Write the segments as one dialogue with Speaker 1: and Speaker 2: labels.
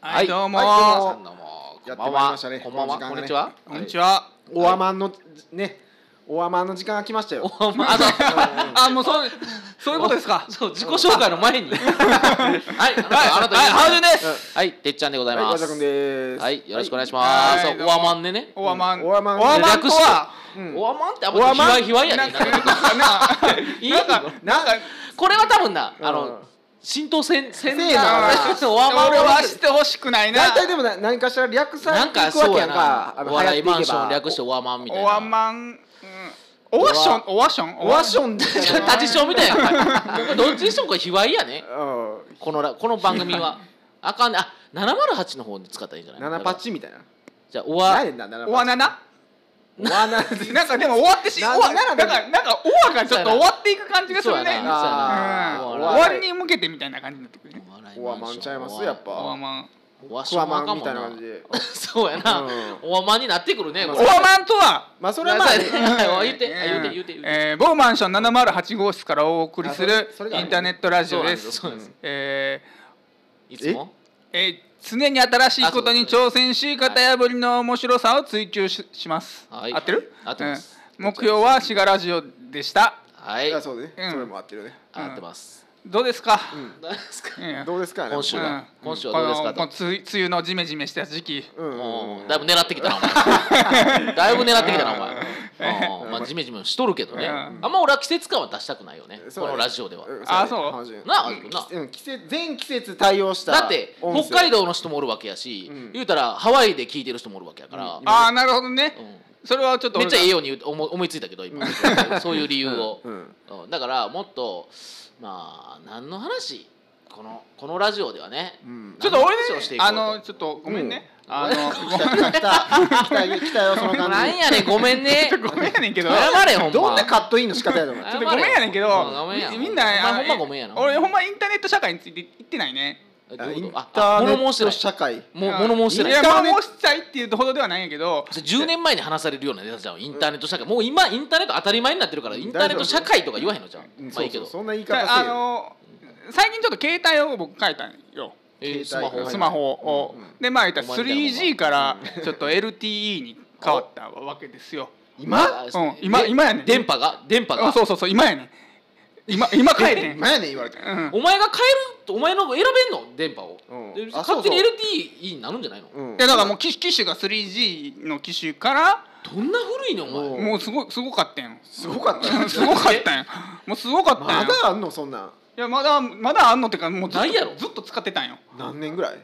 Speaker 1: はい、どうも、
Speaker 2: はいどう
Speaker 1: こ
Speaker 2: も
Speaker 3: どうも
Speaker 2: やって
Speaker 3: こんばん
Speaker 2: まいり
Speaker 3: は
Speaker 2: ましたね
Speaker 3: こんばんは、
Speaker 2: この時間がね
Speaker 3: こ
Speaker 1: ん
Speaker 3: んにちは
Speaker 1: にちは。
Speaker 2: オアマンのねオアマンの時 間が来ましたよ
Speaker 3: おま
Speaker 1: あ、そう
Speaker 2: うん
Speaker 1: あ、もう、そう、そういうことですか。
Speaker 3: そう自己紹介の前に はい
Speaker 1: はい、
Speaker 3: あ
Speaker 1: は
Speaker 3: なた
Speaker 1: い、ハウジュンです。
Speaker 2: うん
Speaker 3: はいてっちゃんでござい
Speaker 2: はい、
Speaker 3: ま
Speaker 2: ガチャ君ですーす。
Speaker 3: はいよろしくお願いし
Speaker 2: ま
Speaker 3: ます
Speaker 1: はい
Speaker 3: そうオアマンでね
Speaker 1: オアマン。
Speaker 2: オアマン
Speaker 1: オアマンとは。
Speaker 2: す。うん、
Speaker 3: オアマンってあん
Speaker 2: オ
Speaker 3: ま
Speaker 2: ア
Speaker 3: ひ
Speaker 2: マン
Speaker 3: わいひわいや
Speaker 1: な
Speaker 3: ね
Speaker 1: ん
Speaker 3: ん
Speaker 1: か、なんか、
Speaker 3: いいの
Speaker 1: なんか、
Speaker 3: これは多分なあ
Speaker 2: うん
Speaker 3: の浸透せんせん
Speaker 2: せえな
Speaker 3: なオアマン
Speaker 1: 俺はしてほしくないな
Speaker 2: 大。体でもな何かしら略さ
Speaker 3: な
Speaker 2: れ
Speaker 3: ん
Speaker 2: てい
Speaker 3: か
Speaker 2: くわ
Speaker 3: そう
Speaker 2: けや
Speaker 3: や
Speaker 2: んか。。
Speaker 3: なお笑いマンション略しててオアマンみたいな
Speaker 1: オアマン。うんオアション、オアション。
Speaker 2: オアシ
Speaker 1: ン。
Speaker 2: ョン みたいな。
Speaker 3: 立ちションみ たいなどっちにしてもこれ卑猥やね
Speaker 2: う
Speaker 3: このらこの番組はあかんねあ708の方に使ったらいいんじゃ
Speaker 2: ん。
Speaker 3: ない
Speaker 2: 七パチみたいな。
Speaker 3: じゃあオア
Speaker 2: 何だ七
Speaker 1: オア
Speaker 2: パ
Speaker 1: ナナ。
Speaker 2: チ。オアナ。
Speaker 1: なんか、でも、終わってし、オ
Speaker 2: な
Speaker 1: ア、
Speaker 2: な
Speaker 1: なん
Speaker 2: な
Speaker 1: か、
Speaker 2: んだ
Speaker 1: なんか、オアがちょっと終わっていく感じがする
Speaker 3: そう
Speaker 1: ね。
Speaker 3: や
Speaker 1: う
Speaker 3: な
Speaker 2: あ
Speaker 1: ん
Speaker 2: ー
Speaker 3: そうや
Speaker 1: 終
Speaker 3: な
Speaker 1: わりに向けてみたいな感じになってくるね。
Speaker 2: オアマンちゃいますやっぱ。
Speaker 1: オア
Speaker 2: オ
Speaker 1: マン。
Speaker 3: オア
Speaker 2: アマンみたいな感じで。
Speaker 3: そうやな、
Speaker 2: う
Speaker 3: オアマンになってくるねこ
Speaker 1: オ
Speaker 3: れ
Speaker 1: アマンとは。
Speaker 2: まあそれはまあ
Speaker 3: そうや
Speaker 2: ね。
Speaker 3: ね 言って
Speaker 1: えー
Speaker 3: 言って言って言って
Speaker 1: えー某マンション708号室からお送りす
Speaker 2: あそ
Speaker 1: る
Speaker 2: れそれがあ
Speaker 1: イ
Speaker 2: る
Speaker 1: ンターネットラジ
Speaker 3: そう
Speaker 1: オ
Speaker 3: な
Speaker 1: で
Speaker 3: んです
Speaker 1: す。
Speaker 3: そうなんです
Speaker 1: え
Speaker 3: いつも
Speaker 1: ーえー常に新しいことに挑戦し
Speaker 3: そうです
Speaker 1: 型破りの面白さを追求しします、
Speaker 3: はい
Speaker 1: 合ってる
Speaker 3: 合ってます
Speaker 1: うん目標はシガラジオでした
Speaker 3: はい
Speaker 2: あそうね。
Speaker 1: うん
Speaker 2: それも合ってるね。
Speaker 3: 合ってます
Speaker 1: どうですか、
Speaker 2: うん。
Speaker 3: 何ですか
Speaker 1: うん
Speaker 2: どうですかね。
Speaker 3: 今週
Speaker 1: うん
Speaker 3: が今週はどうですか
Speaker 1: この
Speaker 3: と
Speaker 1: この梅雨梅雨のジメジメした時期
Speaker 2: うんう
Speaker 3: う
Speaker 2: んうんん。
Speaker 3: だいぶ狙ってきたなお前だいぶ狙ってきたなお前うんまあジメジメしとるけどね
Speaker 1: うん
Speaker 3: あんま俺は季節感は出したくないよね
Speaker 2: そう
Speaker 3: こ
Speaker 2: やね
Speaker 3: のラジオでは
Speaker 2: うん
Speaker 1: あそう
Speaker 2: やね
Speaker 3: なあ安住君な
Speaker 2: うん季節全季節対応した。
Speaker 3: だって北海
Speaker 2: 道。
Speaker 3: 道の人もおるわけやし
Speaker 2: うん
Speaker 3: 言うたらハワイで聞いてる人もおるわけやから
Speaker 2: うん
Speaker 1: ああなるほどね、
Speaker 3: うん
Speaker 1: それはちょっと
Speaker 3: め
Speaker 1: 俺
Speaker 3: っ
Speaker 1: が
Speaker 3: ちゃええように言う思思いついたけど今そういう理由を
Speaker 2: う、ん。
Speaker 3: うんだからもっとまあ何の話このこのラジオではね
Speaker 2: うん。
Speaker 1: ちょっと俺
Speaker 3: 何の話をしてい
Speaker 1: ね
Speaker 3: こう
Speaker 1: あ
Speaker 3: と
Speaker 1: のちょっとごめんね、あの
Speaker 2: 来た来た来た来たよその感じ。
Speaker 3: なんやねんごめんね
Speaker 1: ごめんやねん けど
Speaker 3: 謝れほんま
Speaker 2: どんなカットインの仕方やと思 う。
Speaker 1: ちょっとごめんやねんけど
Speaker 3: うんごめんや
Speaker 1: みみんな
Speaker 3: お
Speaker 1: あの
Speaker 3: 前ほんまごめんやな
Speaker 1: 俺ほんまインターネット社会について言ってないね
Speaker 3: えどういうことああ
Speaker 2: インターネ
Speaker 3: 物申
Speaker 2: ット
Speaker 3: してない
Speaker 2: 社会。
Speaker 3: も
Speaker 1: うん
Speaker 3: 物申してない
Speaker 1: いや
Speaker 2: インターネット
Speaker 1: 物申したいっていうほどではないんやけど
Speaker 3: それ10年前に話されるようなネタじゃんインターネット社会もう今インターネット当たり前になってるからインターネット社会とか言わへんのじゃん
Speaker 2: う
Speaker 3: ま
Speaker 2: ん
Speaker 3: あいいけ
Speaker 2: そう
Speaker 3: ど
Speaker 2: そうそんな言い方
Speaker 1: あ
Speaker 2: せえよ。
Speaker 1: の最近ちょっと携帯を僕変えたんよ
Speaker 3: えース
Speaker 2: 携
Speaker 3: マ
Speaker 2: 帯
Speaker 3: ホ
Speaker 1: スマホを、
Speaker 2: うんうん
Speaker 1: でまあ言ったら
Speaker 3: お前みたいなもんは
Speaker 1: 3G からちょっと LTE に変わったわけです よ
Speaker 2: 今？
Speaker 3: あ
Speaker 1: うん今
Speaker 3: で
Speaker 1: 今やねん
Speaker 3: 電波が電波
Speaker 1: あ
Speaker 3: が
Speaker 1: そうそうそう今やねん今今変えて ん、
Speaker 2: 今やねん言われて。
Speaker 1: うん、
Speaker 3: お前が変えるとお前の選べんの電波を
Speaker 2: うん
Speaker 3: で
Speaker 2: あ
Speaker 3: 勝手に
Speaker 2: そう
Speaker 3: LTE になるんじゃないの
Speaker 2: うん
Speaker 1: いやだからもう機機種が 3G の機種から
Speaker 3: どんな古いねんお
Speaker 2: う
Speaker 3: 前
Speaker 2: ん
Speaker 1: もうすごいすごかったよ
Speaker 2: すごかった な。
Speaker 1: すごかったよもうすごかったよ
Speaker 2: まだあんのそんなん。
Speaker 1: いやまだまだあんのってかもうずっ
Speaker 3: ないやろ
Speaker 1: とずっと使ってたんよ
Speaker 2: 何年ぐらい？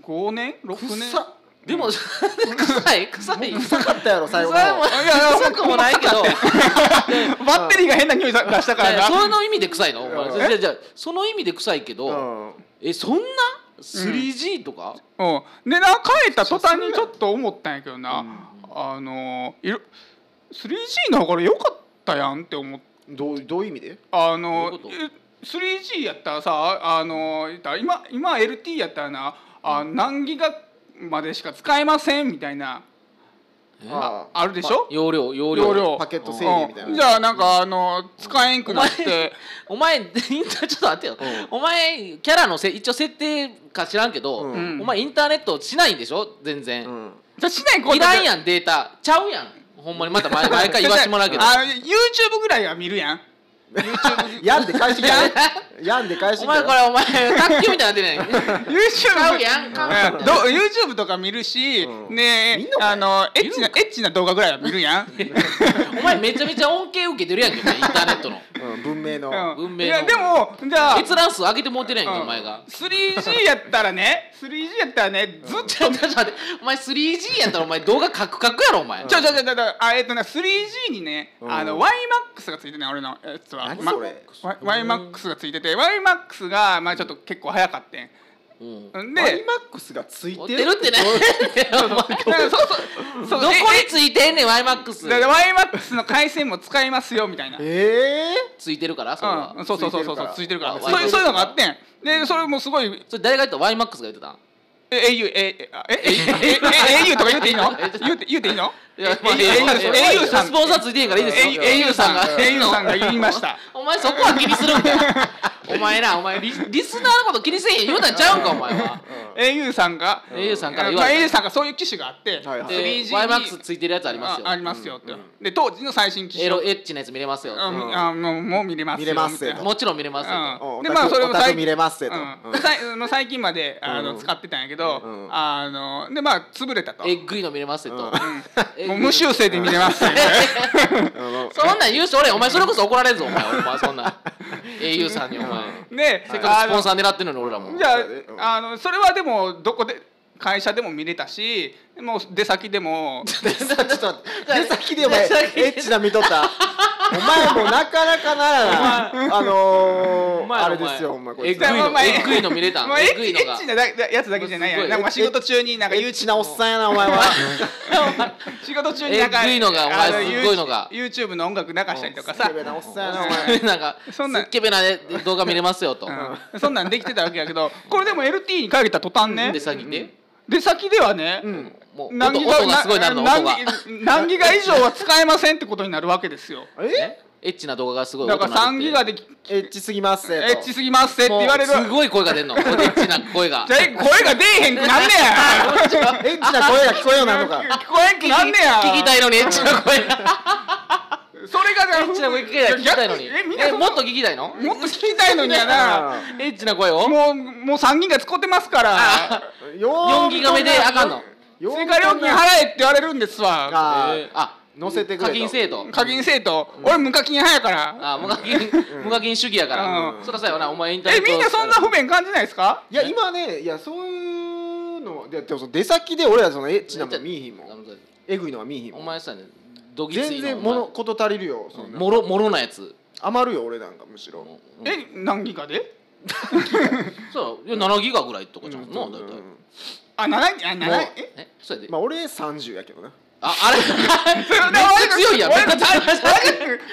Speaker 1: 5年6年
Speaker 2: 臭っ
Speaker 3: で も臭い臭い
Speaker 2: 臭かったやろ最後の
Speaker 3: 臭いも
Speaker 2: 方。
Speaker 3: ん臭くもないけど
Speaker 1: バッテリーが変な匂いさ出したか
Speaker 3: いやいや
Speaker 1: らな
Speaker 3: その意味で臭いのお前
Speaker 2: うん
Speaker 3: じゃあじゃあじゃあその意味で臭いけど
Speaker 2: うん。
Speaker 3: えそんな 3G とか
Speaker 1: うんでな帰った途端にちょっと思ったんやけどな、あのいろ 3G の方から良かったやんって思っ
Speaker 2: どうどういう意味で？
Speaker 1: あの
Speaker 3: どうい
Speaker 1: 3G やったらさあの言ったら今今 LT やったらなあ何ギガまでしか使えませんみたいな
Speaker 3: え
Speaker 2: あ
Speaker 1: あるでしょ
Speaker 3: 容量容量
Speaker 1: 容量
Speaker 2: パケット整理みたい
Speaker 1: うん
Speaker 2: な。
Speaker 1: じゃあなんかあの使えんくなっ
Speaker 3: お前
Speaker 1: て
Speaker 3: お前イ ンターちょっと待ってよお前キャラのせ一応設定か知らんけどお
Speaker 2: うん
Speaker 3: 前インターネットしないんでしょ全
Speaker 2: う
Speaker 3: 然
Speaker 2: ん。
Speaker 1: じゃあしない
Speaker 3: いらんやんデータちゃうやんほんまにまた 毎毎回言わしてもらうけど
Speaker 1: あ YouTube ぐらいは見るやん
Speaker 2: やんで返してきたね。やんで返して
Speaker 3: お
Speaker 2: きた
Speaker 3: 前
Speaker 2: よ
Speaker 3: こ。れお前卓球みたいになってない
Speaker 1: YouTube
Speaker 3: 買うやん買う
Speaker 1: うんど YouTube とか見るし、
Speaker 2: うん
Speaker 1: ね
Speaker 2: 見んのかい
Speaker 1: あのエッチなエッチな動画ぐらいは見るやん
Speaker 3: お前めちゃめちゃ恩恵受けてるやんけお前インターネッ トの
Speaker 2: うん文明の。
Speaker 1: うん、
Speaker 3: 文明
Speaker 1: い
Speaker 3: の
Speaker 1: やでもじゃあ
Speaker 3: 閲覧数上げてもうてないやんけ
Speaker 1: うん
Speaker 3: お前が
Speaker 1: 3G やったらね 3G やったらねずっと
Speaker 3: ちょっと待ってお前 3G やったらお前動画カクカクやろお前
Speaker 1: ちょちょちょちょあえっとね 3G にね、
Speaker 2: うん
Speaker 1: あの YMAX がついてね俺のやつは
Speaker 2: 何
Speaker 1: ま
Speaker 2: それ
Speaker 1: Y- YMAX がついてて YMAX がまあちょっと結構早かったん
Speaker 3: うん
Speaker 1: んで
Speaker 2: マイマックスがつい
Speaker 3: 持ってて
Speaker 2: る。
Speaker 3: るってね
Speaker 1: だ
Speaker 3: お前
Speaker 1: からそそそ
Speaker 3: ど
Speaker 1: う
Speaker 3: こに
Speaker 1: え
Speaker 3: ついてんねん
Speaker 1: えだか
Speaker 3: YMAX
Speaker 1: ら YMAX の回線も使いますよみたいな
Speaker 2: ええ。
Speaker 3: ついてるからそれは、
Speaker 1: うん、そうそうそうそうそうつ
Speaker 2: つ
Speaker 1: い
Speaker 2: い
Speaker 1: て
Speaker 2: て
Speaker 1: る
Speaker 2: る
Speaker 1: か
Speaker 2: から
Speaker 1: そ
Speaker 2: ら
Speaker 1: ういう
Speaker 3: あ
Speaker 1: そういうのがあってんでそれもすごい
Speaker 3: それ誰が言った YMAX が言ってたん
Speaker 1: え au ええあええええ au とか言っていいの言って言っていいの
Speaker 3: いやまあ
Speaker 1: au au さん
Speaker 3: スポンサーついてへんからいいですよ
Speaker 1: au さんが
Speaker 3: au
Speaker 1: au さんが言いました
Speaker 3: お前そこは気にするんかお前なお前リリスナーのこと気にせえへん言うたんちゃうんかお前は
Speaker 1: au さんが
Speaker 3: au さんから言
Speaker 1: まあ
Speaker 3: われ
Speaker 1: au
Speaker 3: て
Speaker 1: さんがそういう機種があって
Speaker 2: はいはい
Speaker 3: で
Speaker 1: 3G に
Speaker 3: YMAX ついてるやつありますよ
Speaker 1: あありますよって
Speaker 2: うん
Speaker 1: で当時の最新機
Speaker 3: エ
Speaker 1: 種を
Speaker 3: ロエッチなやつ見れますよ
Speaker 1: あもうもうもう見れますよ
Speaker 2: 見れますよ
Speaker 1: みたいな
Speaker 3: もちろん見れますよ
Speaker 1: うん
Speaker 2: お
Speaker 1: で
Speaker 2: オタ
Speaker 1: まあ
Speaker 2: ク
Speaker 1: それも
Speaker 2: オタク
Speaker 1: 最
Speaker 2: 見れますせと、
Speaker 1: う
Speaker 2: うんん
Speaker 1: でさいあの最近まであ
Speaker 2: う
Speaker 1: の
Speaker 2: ん
Speaker 1: 使ってたんやけど
Speaker 2: うん
Speaker 1: あのでまあ潰れたと
Speaker 3: えっぐいの見れますよとえっぐい
Speaker 1: もう無修正で見れますね
Speaker 2: うん
Speaker 3: そんなん言う人俺お前それこそ怒られるぞお前お前そんなん au さんにお前
Speaker 1: で
Speaker 3: せっかくスポン
Speaker 1: あ
Speaker 3: サー狙ってるのに俺らも
Speaker 1: のじゃ
Speaker 2: うん
Speaker 1: ああのそれはでもどこで会社でも見れたしもう出先でも
Speaker 2: ちょっと待って出先でお前
Speaker 3: 出
Speaker 2: エ
Speaker 3: 先
Speaker 2: ッチな見とったお前もなかなかならなあの
Speaker 3: お前
Speaker 2: ー、
Speaker 3: ら
Speaker 2: あれですよお前こ い
Speaker 3: え
Speaker 2: つ
Speaker 3: ぐ
Speaker 1: ま
Speaker 3: い
Speaker 1: あま
Speaker 3: の
Speaker 1: あ
Speaker 3: えぐいの見れたん
Speaker 1: まあエ
Speaker 3: え
Speaker 1: ッ
Speaker 3: ぐ
Speaker 1: チ
Speaker 3: い
Speaker 1: エ
Speaker 3: のが
Speaker 1: ッチなだやつだけじゃないや
Speaker 3: すご
Speaker 1: ん
Speaker 3: い
Speaker 1: なんかまあ仕事中になんか
Speaker 2: エッ
Speaker 1: YouTube
Speaker 2: チなおっさんやなお前は
Speaker 1: 仕事中になんか
Speaker 3: えぐいのがお前
Speaker 1: あ
Speaker 3: すっごいのが
Speaker 1: YouTube の音楽流したりとか
Speaker 2: ス
Speaker 1: さ
Speaker 2: ケベなおっさんやなお前
Speaker 3: なんか
Speaker 1: そんなん
Speaker 3: すっけべな動画見れますよと
Speaker 1: うんそんなんできてたわけやけどこれでも LT に限った途端ね
Speaker 3: で先に
Speaker 1: 出先ではね
Speaker 2: うん
Speaker 3: もう
Speaker 1: 何
Speaker 3: 音
Speaker 1: ギ
Speaker 3: 音がすごいなるの音
Speaker 1: 何
Speaker 3: が
Speaker 1: ギ何ギガ以上は使えませんってことになるわけですよ
Speaker 2: え
Speaker 3: エッチな動画がすごい
Speaker 1: だか
Speaker 3: 音鳴る
Speaker 1: ら3ギガ
Speaker 3: で
Speaker 1: でき
Speaker 2: エッチすぎますせと
Speaker 1: エッチすぎますってって言われる
Speaker 3: すごい声が出んのエッチな声が
Speaker 1: じゃあ声が出えへんくなんね
Speaker 2: エッチな声が聞こえような
Speaker 1: や
Speaker 2: のか
Speaker 1: 聞こえんくなんねや
Speaker 3: 聞きたいのにエッチな声 が
Speaker 1: それが
Speaker 3: エッチな声聞きたい聞きたいのに
Speaker 1: えみんな
Speaker 3: え
Speaker 1: そん
Speaker 3: も
Speaker 1: な
Speaker 3: っと聞きたいの
Speaker 1: もっと聞きたいのにやな
Speaker 3: エッチな声を
Speaker 1: もうもう3ギガ使ってますから
Speaker 3: 4ギガ目であかんの
Speaker 2: 追
Speaker 1: 追加料金払えって言われるんですわ
Speaker 2: あ
Speaker 3: えーあ
Speaker 2: 乗せてく
Speaker 3: 課
Speaker 2: れと
Speaker 3: 金制度
Speaker 1: 課金制度俺無課金派やから
Speaker 3: あ無課金無課金主義やから
Speaker 1: うん
Speaker 3: そらさよなお前インターネ
Speaker 1: え
Speaker 3: ット
Speaker 1: みんなそんな不便感じないですか
Speaker 2: いや今ねいやそういうのはででもその出先で俺らそのエッチなもん見えひんも
Speaker 3: あ
Speaker 2: ん
Speaker 3: の
Speaker 2: えぐいのは見えひんも
Speaker 3: お
Speaker 2: ん
Speaker 3: 前さねどぎついの
Speaker 2: 全
Speaker 3: お
Speaker 2: 然
Speaker 3: 前
Speaker 2: 物事足りるよそんな
Speaker 3: もろもろなやつ
Speaker 2: 余るよ俺なんかむしろ
Speaker 1: え何ギガで
Speaker 3: そういや7ギガぐらいとかじゃんな
Speaker 2: う
Speaker 3: 大
Speaker 2: ん
Speaker 3: 体
Speaker 1: あ7ギガ7
Speaker 2: もう
Speaker 1: え
Speaker 3: えそうやで
Speaker 2: まあ俺30やけどな
Speaker 3: ああれ めっ ちゃ強いやんめっちゃ強い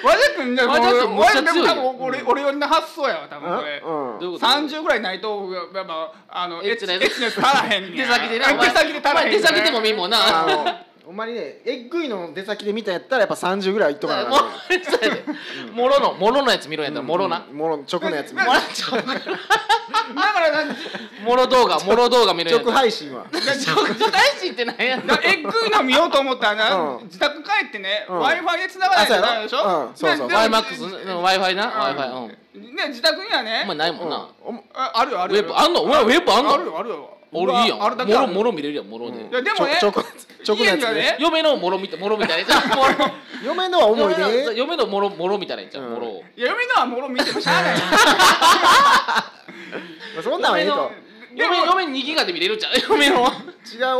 Speaker 1: 和田君じゃ
Speaker 3: 和田君むっちゃ強いよ
Speaker 1: 多分俺俺寄りの発想やわ多分これ
Speaker 2: うん
Speaker 3: どういうこと
Speaker 1: 三十ぐらいないとやっぱあのエ
Speaker 3: エ
Speaker 1: ッ
Speaker 3: ッ
Speaker 1: チ
Speaker 3: チ
Speaker 1: な
Speaker 3: な
Speaker 1: や
Speaker 3: や
Speaker 1: つ
Speaker 3: つ
Speaker 1: 足らへんねん
Speaker 3: 手先でなお
Speaker 1: 手
Speaker 3: 前
Speaker 1: 先で足らへんねん
Speaker 3: お前手先でも見んもんな
Speaker 2: あのほんまにねえっぐいの出先で見たんやったらやっぱ30ぐらいいっとかなあ
Speaker 3: もう
Speaker 2: かん
Speaker 3: そうやでもろのもろのやつ見ろやったらもろな
Speaker 2: うんもろ直のやつ
Speaker 1: まあ
Speaker 3: もろちょ
Speaker 1: だからなん
Speaker 3: もろ動画もろ動画見ろやった
Speaker 2: 直
Speaker 3: ら
Speaker 2: 配信は
Speaker 3: 直直配信ってなんやねん
Speaker 1: だからエッグな見ようと思ったらな、
Speaker 2: うん
Speaker 1: 自宅帰ってね、
Speaker 2: うん
Speaker 1: w i f i で繋がないとダメでしょ、
Speaker 2: あそうやろうんそうそう
Speaker 1: で
Speaker 3: YMAX の Wi-Fi な Wi-Fi うん
Speaker 1: うんね、自宅にはね
Speaker 3: お前ないもんな
Speaker 2: うんお
Speaker 1: ああるよあ
Speaker 3: ウ
Speaker 1: るよ
Speaker 3: ェブあんのお前ウェブあん
Speaker 1: ある
Speaker 3: の
Speaker 1: よあるよ
Speaker 3: 俺いいやん
Speaker 1: あるだけあ
Speaker 3: もろ
Speaker 1: る
Speaker 3: もろ見れるやんもろで
Speaker 1: いやでもね
Speaker 2: 直直直の
Speaker 1: 家
Speaker 2: やつ
Speaker 1: には
Speaker 2: で
Speaker 1: ね
Speaker 3: 嫁のもろみたもろみたいなやつもろ
Speaker 2: 嫁のは思い
Speaker 3: 嫁の
Speaker 2: 出
Speaker 3: 嫁のもろもろみたいなやつやん
Speaker 2: うん
Speaker 3: もろ
Speaker 1: いや嫁のはもろ見てもしゃあないよ
Speaker 2: そんなんはええと
Speaker 1: でも
Speaker 3: 嫁嫁に2ギガで見れるんちゃう嫁の
Speaker 2: 違う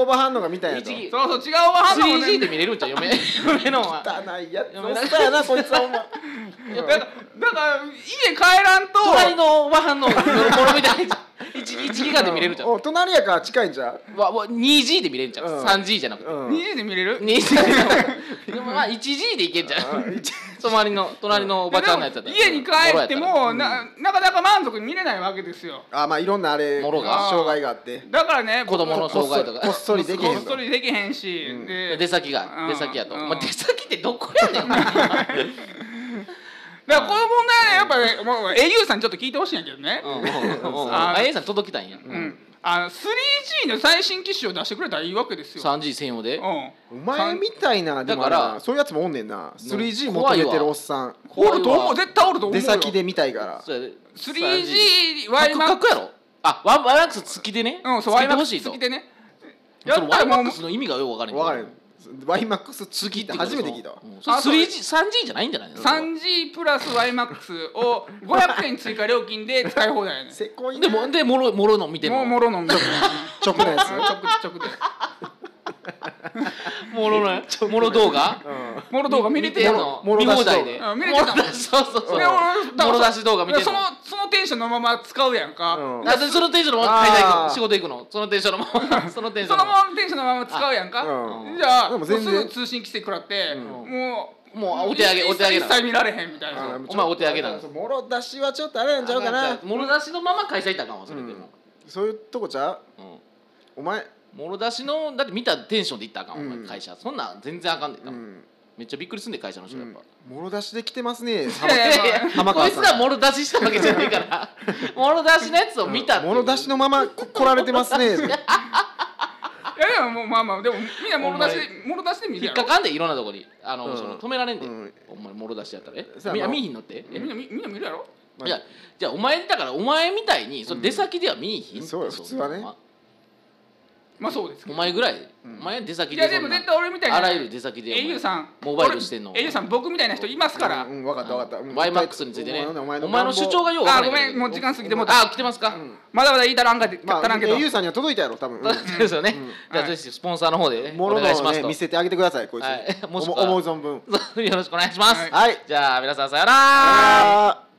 Speaker 2: おばはんのが見 たんやと
Speaker 3: 1ギ
Speaker 1: そうそう違うわ反応も
Speaker 3: 3G で
Speaker 1: ね
Speaker 3: 見れるんちゃう嫁嫁のは
Speaker 2: 汚いやつおっさんやなこいつはお前
Speaker 1: だからだから家帰らんと
Speaker 3: 隣のおばはんのもろみたいな1 1ギガで見れるんちゃう
Speaker 2: お隣やから近いんじゃん
Speaker 3: わわ 2G で見れるんちゃう、
Speaker 2: うん
Speaker 3: 3G じゃなくて、
Speaker 2: うん
Speaker 1: 2G で見れる
Speaker 3: 2G でも まあ 1G でいけんじゃ
Speaker 2: あ
Speaker 3: ん
Speaker 2: 一
Speaker 3: 隣の隣のおばちゃんのやつだったら
Speaker 1: 家に帰っても、ななかなか満足に見れないわけですよ
Speaker 2: あまあいろんなあれ
Speaker 3: もろ
Speaker 1: が
Speaker 2: 障害があって
Speaker 1: だからね
Speaker 3: 子供の
Speaker 1: こ
Speaker 3: 障害とか
Speaker 2: こっそりできへ
Speaker 1: こ
Speaker 2: ん
Speaker 1: っそ
Speaker 2: と
Speaker 1: りできへんし、でだ
Speaker 3: 出
Speaker 1: か
Speaker 3: 先が
Speaker 1: うん
Speaker 3: 出先やと、
Speaker 1: うん
Speaker 3: まあ、出先ってどこやねんお前
Speaker 1: らこの問題はやっぱねもう au さんにちょっと聞いてほしいんやけどね、
Speaker 3: うんうんうんうん
Speaker 1: あ
Speaker 3: あ A さん届きたんや、
Speaker 1: うんあの 3G の最新機種を出してくれたらいいわけですよ、
Speaker 3: 3G 専用で
Speaker 1: うん
Speaker 2: お前みたいなでもあれ
Speaker 3: だから
Speaker 2: なそういうやつもおんねんな 3G 求めてるおっさん
Speaker 1: おると
Speaker 3: 怖い
Speaker 1: 思
Speaker 3: わ
Speaker 1: う絶対おると思うよ
Speaker 2: 出先で見たいから
Speaker 3: そうやで
Speaker 1: 3G
Speaker 3: ワ
Speaker 1: ワ
Speaker 3: イ
Speaker 1: イ
Speaker 3: マ
Speaker 1: マ
Speaker 3: ッ
Speaker 1: ック
Speaker 3: クスやろあワイワイマックス付きでね、
Speaker 1: うんそう
Speaker 3: 付
Speaker 1: ワ
Speaker 3: け
Speaker 1: イマッ
Speaker 3: てほ
Speaker 1: クス
Speaker 3: しいと
Speaker 1: 好きでねや
Speaker 3: そ
Speaker 1: っ
Speaker 3: の
Speaker 1: た
Speaker 3: ワイマ
Speaker 1: らもう
Speaker 3: ックスの意味がよくわからん
Speaker 2: わかるワイマックス次って初めて聞いたわ
Speaker 1: あそう
Speaker 3: 3G, 3G じゃないんじゃないの
Speaker 1: 3G プラス YMAX を500円追加料金で使い放題やね
Speaker 2: せこい
Speaker 3: で
Speaker 2: な
Speaker 3: もでもろもろの見てる
Speaker 1: もうもろ飲んでるち
Speaker 2: 直のやつ
Speaker 1: ょくちょくで
Speaker 3: もろのもろ動画
Speaker 2: うん
Speaker 1: もろ動画見れてる
Speaker 3: る
Speaker 1: の
Speaker 3: の
Speaker 2: もろ
Speaker 3: 見
Speaker 2: 出
Speaker 3: 放
Speaker 2: し動画
Speaker 3: 題で
Speaker 1: うん見れてた
Speaker 3: もろ出しそうそうそう
Speaker 1: で俺
Speaker 3: もろ出し動画見てる
Speaker 1: そ
Speaker 3: の
Speaker 1: のそのテンションのまま使うやんか、
Speaker 2: うん
Speaker 3: だってそのテンションのまま会社行
Speaker 2: あー
Speaker 3: く仕事行くのそのテンションのま まそのテンシ
Speaker 1: そ
Speaker 3: ョンの
Speaker 1: の
Speaker 3: ま
Speaker 1: ままテンションのまま使うやんか、
Speaker 2: うん
Speaker 1: じゃあ
Speaker 2: で
Speaker 1: も
Speaker 2: も
Speaker 1: うす
Speaker 2: 全然
Speaker 1: ぐ通信規制食らって、もう
Speaker 3: もうお手上げお手上げ
Speaker 1: 一
Speaker 3: だ
Speaker 1: 切見られへんみたいな
Speaker 2: あ
Speaker 3: お前お手上げだな
Speaker 2: そうもろ出しはちょっとあれなんちゃうかな
Speaker 3: もろ出しのまま会社行ったらあかんわそれでも
Speaker 2: そういうとこちゃう
Speaker 3: うん
Speaker 2: お前
Speaker 3: もろ出しのだって見たテンションで行ったらあかん、お前
Speaker 2: うん
Speaker 3: 会社そんなん全然あかんで、多
Speaker 2: う
Speaker 3: 分
Speaker 2: ん
Speaker 3: めっちゃびっくりすんで会社の人やっぱ、
Speaker 2: もろ出しで来てますね
Speaker 1: いやいやいや
Speaker 2: 浜
Speaker 3: こ
Speaker 2: 川
Speaker 3: い
Speaker 2: さ
Speaker 3: つ
Speaker 2: ん
Speaker 3: らもろ出ししたわけじゃないから もろ出しのやつを 見たっていう
Speaker 2: もろ出しのままこ来られてますね
Speaker 1: いやいやもうまあまあでもみんなもろ出しもろ出しで見る
Speaker 3: 引
Speaker 1: や
Speaker 3: っ
Speaker 1: ろ
Speaker 3: かかんでいろんなとこにあの、
Speaker 2: うん
Speaker 3: その止められんで、
Speaker 2: うん
Speaker 3: お前もろ出しやったらえ
Speaker 2: そう
Speaker 3: み
Speaker 2: やな
Speaker 3: 見ひんのって、え
Speaker 1: みんなみみんな見るやろ
Speaker 2: まあ
Speaker 3: いやじゃあお前だからお前みたいにその出先では見ひんって、
Speaker 2: うんそうよ
Speaker 3: んな
Speaker 2: 普通はね
Speaker 1: まあそうですけ
Speaker 3: お
Speaker 1: ど
Speaker 3: 前ぐらい、
Speaker 2: うん
Speaker 3: お前出先
Speaker 1: い
Speaker 3: で
Speaker 1: や
Speaker 3: そ
Speaker 1: で
Speaker 3: んな
Speaker 1: も絶対俺みたいな
Speaker 3: あらゆる出先でお前
Speaker 1: au さん
Speaker 3: モバイルしてんの
Speaker 1: 俺 au さん僕みたいな人いますから、
Speaker 2: うんうん分かった分かったうん
Speaker 3: ワイマックスについてね
Speaker 2: お
Speaker 3: お前
Speaker 2: 前の
Speaker 3: の
Speaker 2: 願望
Speaker 3: 主張がようわから
Speaker 1: あ
Speaker 3: ん
Speaker 1: ごめんもう時間過ぎてもうた
Speaker 3: あ来てますか、
Speaker 2: うん
Speaker 1: まだまだ言いたらんかで、
Speaker 2: ま
Speaker 1: 足ら
Speaker 2: あ
Speaker 1: んけど
Speaker 2: au さんには届いたやろ多分うん
Speaker 3: そうですよね、じゃあ
Speaker 1: はい
Speaker 3: ぜひスポンサーの方でね
Speaker 2: も
Speaker 3: お
Speaker 2: ろ
Speaker 3: 願いし
Speaker 2: のを
Speaker 3: ます
Speaker 2: ね
Speaker 3: と、
Speaker 2: 見せてあげてくださいこいつに
Speaker 3: はいもしく
Speaker 2: 思
Speaker 3: は
Speaker 2: 思う存分
Speaker 3: よろしくお願いします、
Speaker 1: はい
Speaker 2: はい
Speaker 3: じゃあ皆さんさようなら
Speaker 2: あー